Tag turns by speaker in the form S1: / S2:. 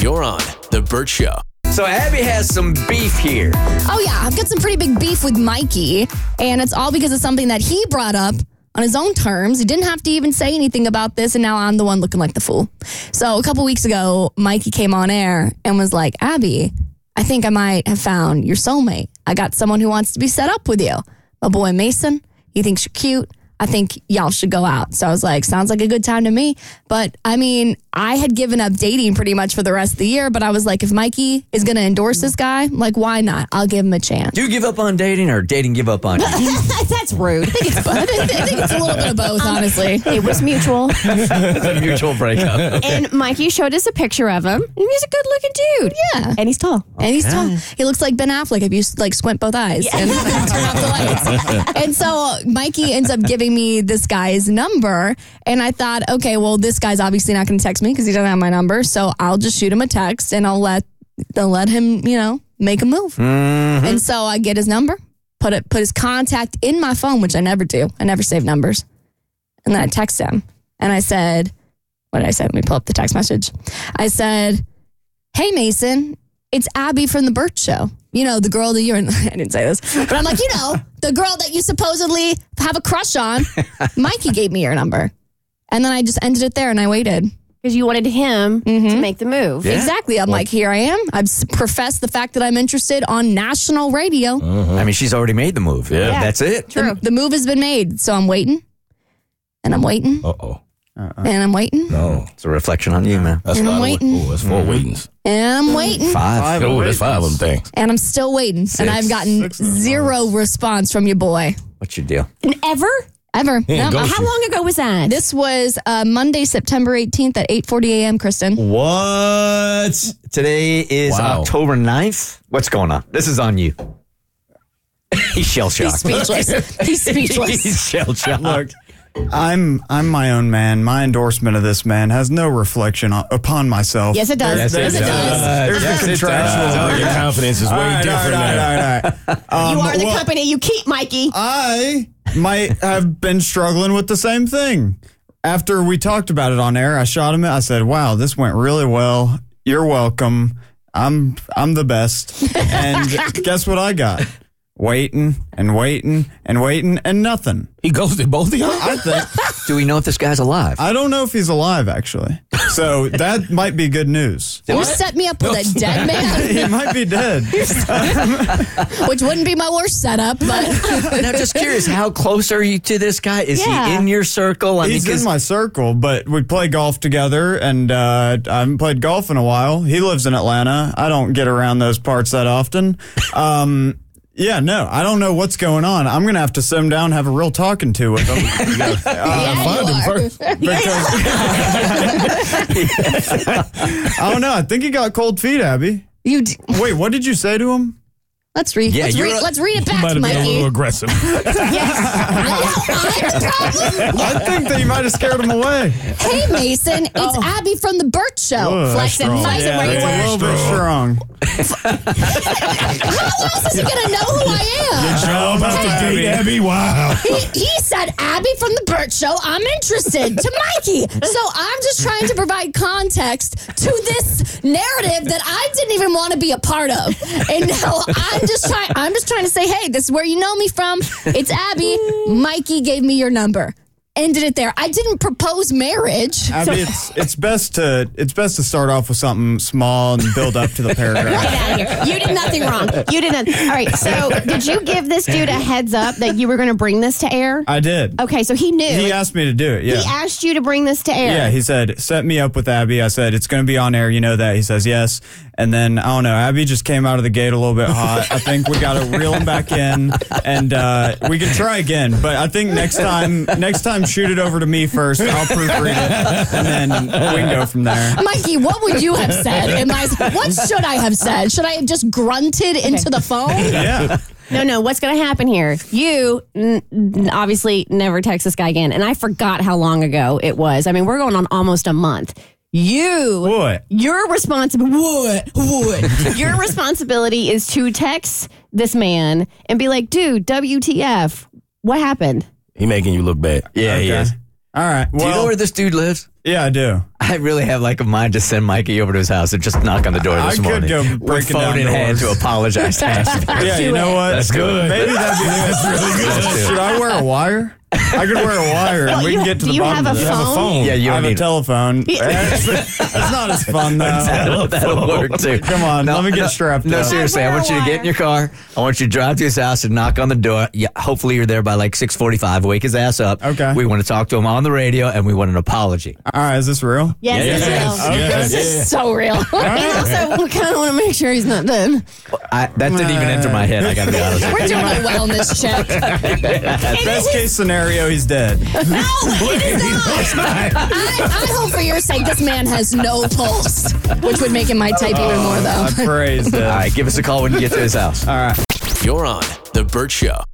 S1: You're on The Burt Show. So Abby has some beef here.
S2: Oh, yeah. I've got some pretty big beef with Mikey, and it's all because of something that he brought up on his own terms. He didn't have to even say anything about this, and now I'm the one looking like the fool. So a couple weeks ago, Mikey came on air and was like, Abby, I think I might have found your soulmate. I got someone who wants to be set up with you. My boy Mason, he thinks you're cute. I think y'all should go out. So I was like, sounds like a good time to me. But I mean, I had given up dating pretty much for the rest of the year, but I was like, if Mikey is going to endorse this guy, like, why not? I'll give him a chance.
S1: Do you give up on dating or dating give up on you?
S3: That's rude. Um,
S2: I think it's, I think, I think it's a little bit of both, honestly.
S3: It was mutual.
S1: it's a mutual breakup.
S3: and Mikey showed us a picture of him, and he's a good looking dude.
S2: Yeah.
S3: And he's tall.
S2: And he's tall. He looks like Ben Affleck if you like squint both eyes and turn off the lights. and so Mikey ends up giving me this guy's number, and I thought, okay, well, this guy's obviously not going to text me because he doesn't have my number, so I'll just shoot him a text and I'll let I'll let him, you know, make a move. And so I get his number, put it put his contact in my phone, which I never do. I never save numbers. And then I text him, and I said, what did I say? Let me pull up the text message. I said. Hey Mason, it's Abby from the Burt Show. You know, the girl that you're in. I didn't say this, but I'm like, you know, the girl that you supposedly have a crush on. Mikey gave me your number. And then I just ended it there and I waited.
S3: Because you wanted him
S4: Mm-hmm.
S3: to make the move.
S1: Yeah.
S2: Exactly. I'm like, here I am. I've s- professed the fact that I'm interested on national radio.
S5: Uh-huh.
S1: I mean, she's already made the move. Yeah. That's it.
S2: The, the move has been made. So I'm waiting and I'm waiting
S5: Uh oh.
S2: and I'm waiting
S5: No.
S1: It's a reflection on you, man.
S5: That's
S2: And I'm
S5: five
S2: waiting.
S5: Of, oh, that's 4 waitings.
S2: and I'm waiting
S1: Five.
S5: Oh, that's five of them things.
S2: and I'm still waiting. and I've gotten zero response from your boy
S1: What's your deal?
S3: And ever?
S2: ever.
S5: Yeah,
S2: No, Uh,
S5: go
S3: How
S5: Sure.
S3: long ago was that?
S2: This was uh, Monday, September 18th at 8:40 a.m. Kristen.
S5: What?
S1: Today is
S5: Wow.
S1: October 9th. What's going on? This is on you. He's shell
S2: He's
S1: shocked.
S2: speechless. He's speechless.
S1: He's shell shocked.
S4: I'm I'm my own man. My endorsement of this man has no reflection on, upon myself.
S2: Yes, it does. Yes, it does.
S4: There's
S5: Yes,
S4: the
S5: it does.
S4: contractual.
S5: Oh, your confidence is way
S4: All right, all
S5: different
S4: right, all
S5: now.
S4: right, all right.
S3: you are the
S4: well-
S3: company you keep, Mikey.
S4: I might have been struggling with the same thing. After we talked about it on air, I shot him. I said, "Wow, this went really well. You're welcome. I'm I'm the best." And guess what I got? Waiting and waiting and waiting and nothing.
S5: He ghosted both of y'all.
S4: I think
S1: Do we know if this guy's alive?
S4: I don't know if he's alive actually. So that might be good news.
S2: You set me up with a dead man,
S4: He might be dead.
S2: which wouldn't be my worst setup, but
S1: now, just curious, how close are you to this guy? Is he
S3: Yeah.
S1: in your circle? I
S4: He's
S1: mean, 'cause-
S4: in my circle, but we play golf together, and uh, I haven't played golf in a while. He lives in Atlanta. I don't get around those parts that often. Um, yeah, no, I don't know what's going on. I'm gonna have to sit him down, have a real talking to with him. Uh,
S2: yeah,
S5: Find
S2: you
S5: him
S2: are.
S5: first.
S4: I don't know. I think he got cold feet, Abby.
S2: You d-
S4: Wait, what did you say to him?
S2: let's read.
S1: Yeah,
S2: let's,
S1: you're
S2: read
S1: a-
S2: let's read it back,
S5: Might have been a little
S2: Mikey.
S5: aggressive.
S2: I know, I'm the problem.
S4: I think that you might have scared him away.
S2: Hey Mason, it's Abby from the Burt Show.
S4: Ugh,
S2: Flex and
S4: strong.
S2: flex and where you
S4: It's
S2: were.
S4: a little bit strong.
S2: How else is he gonna know who I am?
S5: Y'all about to
S4: Abby.
S5: date Abby? Wow.
S2: He, he said Abby from the Burt Show. I'm interested to Mikey. So I'm just trying to provide context to this narrative that I didn't even want to be a part of. And now I'm just trying. I'm just trying to say, hey, this is where you know me from. It's Abby. Mikey gave me your number. Ended it there. I didn't propose marriage.
S4: Abby, it's it's best to it's best to start off with something small and build up to the paragraph.
S3: Get out of here. You did nothing wrong. You did nothing. All right. So, did you give this dude a heads up that you were going to bring this to air?
S4: I did.
S3: Okay. So he knew.
S4: He asked me to do it. Yeah.
S3: Oh, He asked you to bring this to air.
S4: Yeah, he said, set me up with Abby. I said, it's going to be on air. You know that. He says, yes. And then, I don't know, Abby just came out of the gate a little bit hot. I think we got to reel him back in and uh, we can try again. But I think next time, next time, shoot it over to me first. I'll proofread it and then we can go from there.
S2: Mikey, what would you have said? Am I, what should I have said? Should I have just grunted into the phone?
S4: Yeah.
S3: No, no. What's going to happen here? You n- n- obviously never text this guy again, and I forgot how long ago it was. I mean, we're going on almost a month. You
S4: What?
S3: Your responsibility. What? What? your responsibility is to text this man and be like, "Dude, WTF? What happened?"
S5: He making you look bad.
S1: yeah, he
S4: Okay.
S1: is.
S4: All right. Well,
S1: Do you know where this dude lives?
S4: Yeah, I do.
S1: I really have like a mind to send Mikey over to his house and just knock on the door
S4: I
S1: this
S4: could
S1: morning
S4: go
S1: with
S4: breaking
S1: phone
S4: down
S1: in hand to
S4: doors.
S1: apologize. to him.
S4: Yeah,
S3: Do
S4: you know
S3: it.
S4: what?
S1: That's good.
S4: Maybe that'd be that's really good. Should I wear a wire? I could wear a wire and
S3: Well,
S4: we
S3: you-
S4: can get to
S3: do
S4: the
S3: you
S4: bottom
S3: have
S4: of
S3: a
S4: it.
S3: phone?
S1: Yeah, you
S4: I
S1: don't
S4: have a
S1: need-
S4: telephone. That's that's not as fun though.
S1: That'll, that'll work too.
S4: Come on, let me get strapped
S1: No,
S4: up.
S1: seriously, I
S3: Wire,
S1: want you to get in
S3: wire.
S1: your car. I want you to drive to his house and knock on the door. Yeah, hopefully you're there by like 6:45. Wake his ass up.
S4: Okay.
S1: We want to talk to him on the radio, and we want an apology.
S4: All right, is this real?
S3: Yes,
S5: Yes,
S3: it's real.
S5: yes,
S3: this is so real. and also, we kind of want to make sure he's not done.
S1: I, that didn't even enter my head. I got to be honest.
S2: We're doing a wellness check.
S4: Best case scenario, he's dead.
S2: No, it is not. I, I hope for your sake this man has no pulse, which would make him my type even more, though.
S4: I praise it.
S1: All right, give us a call when you get to his house.
S6: You're on The Burt Show.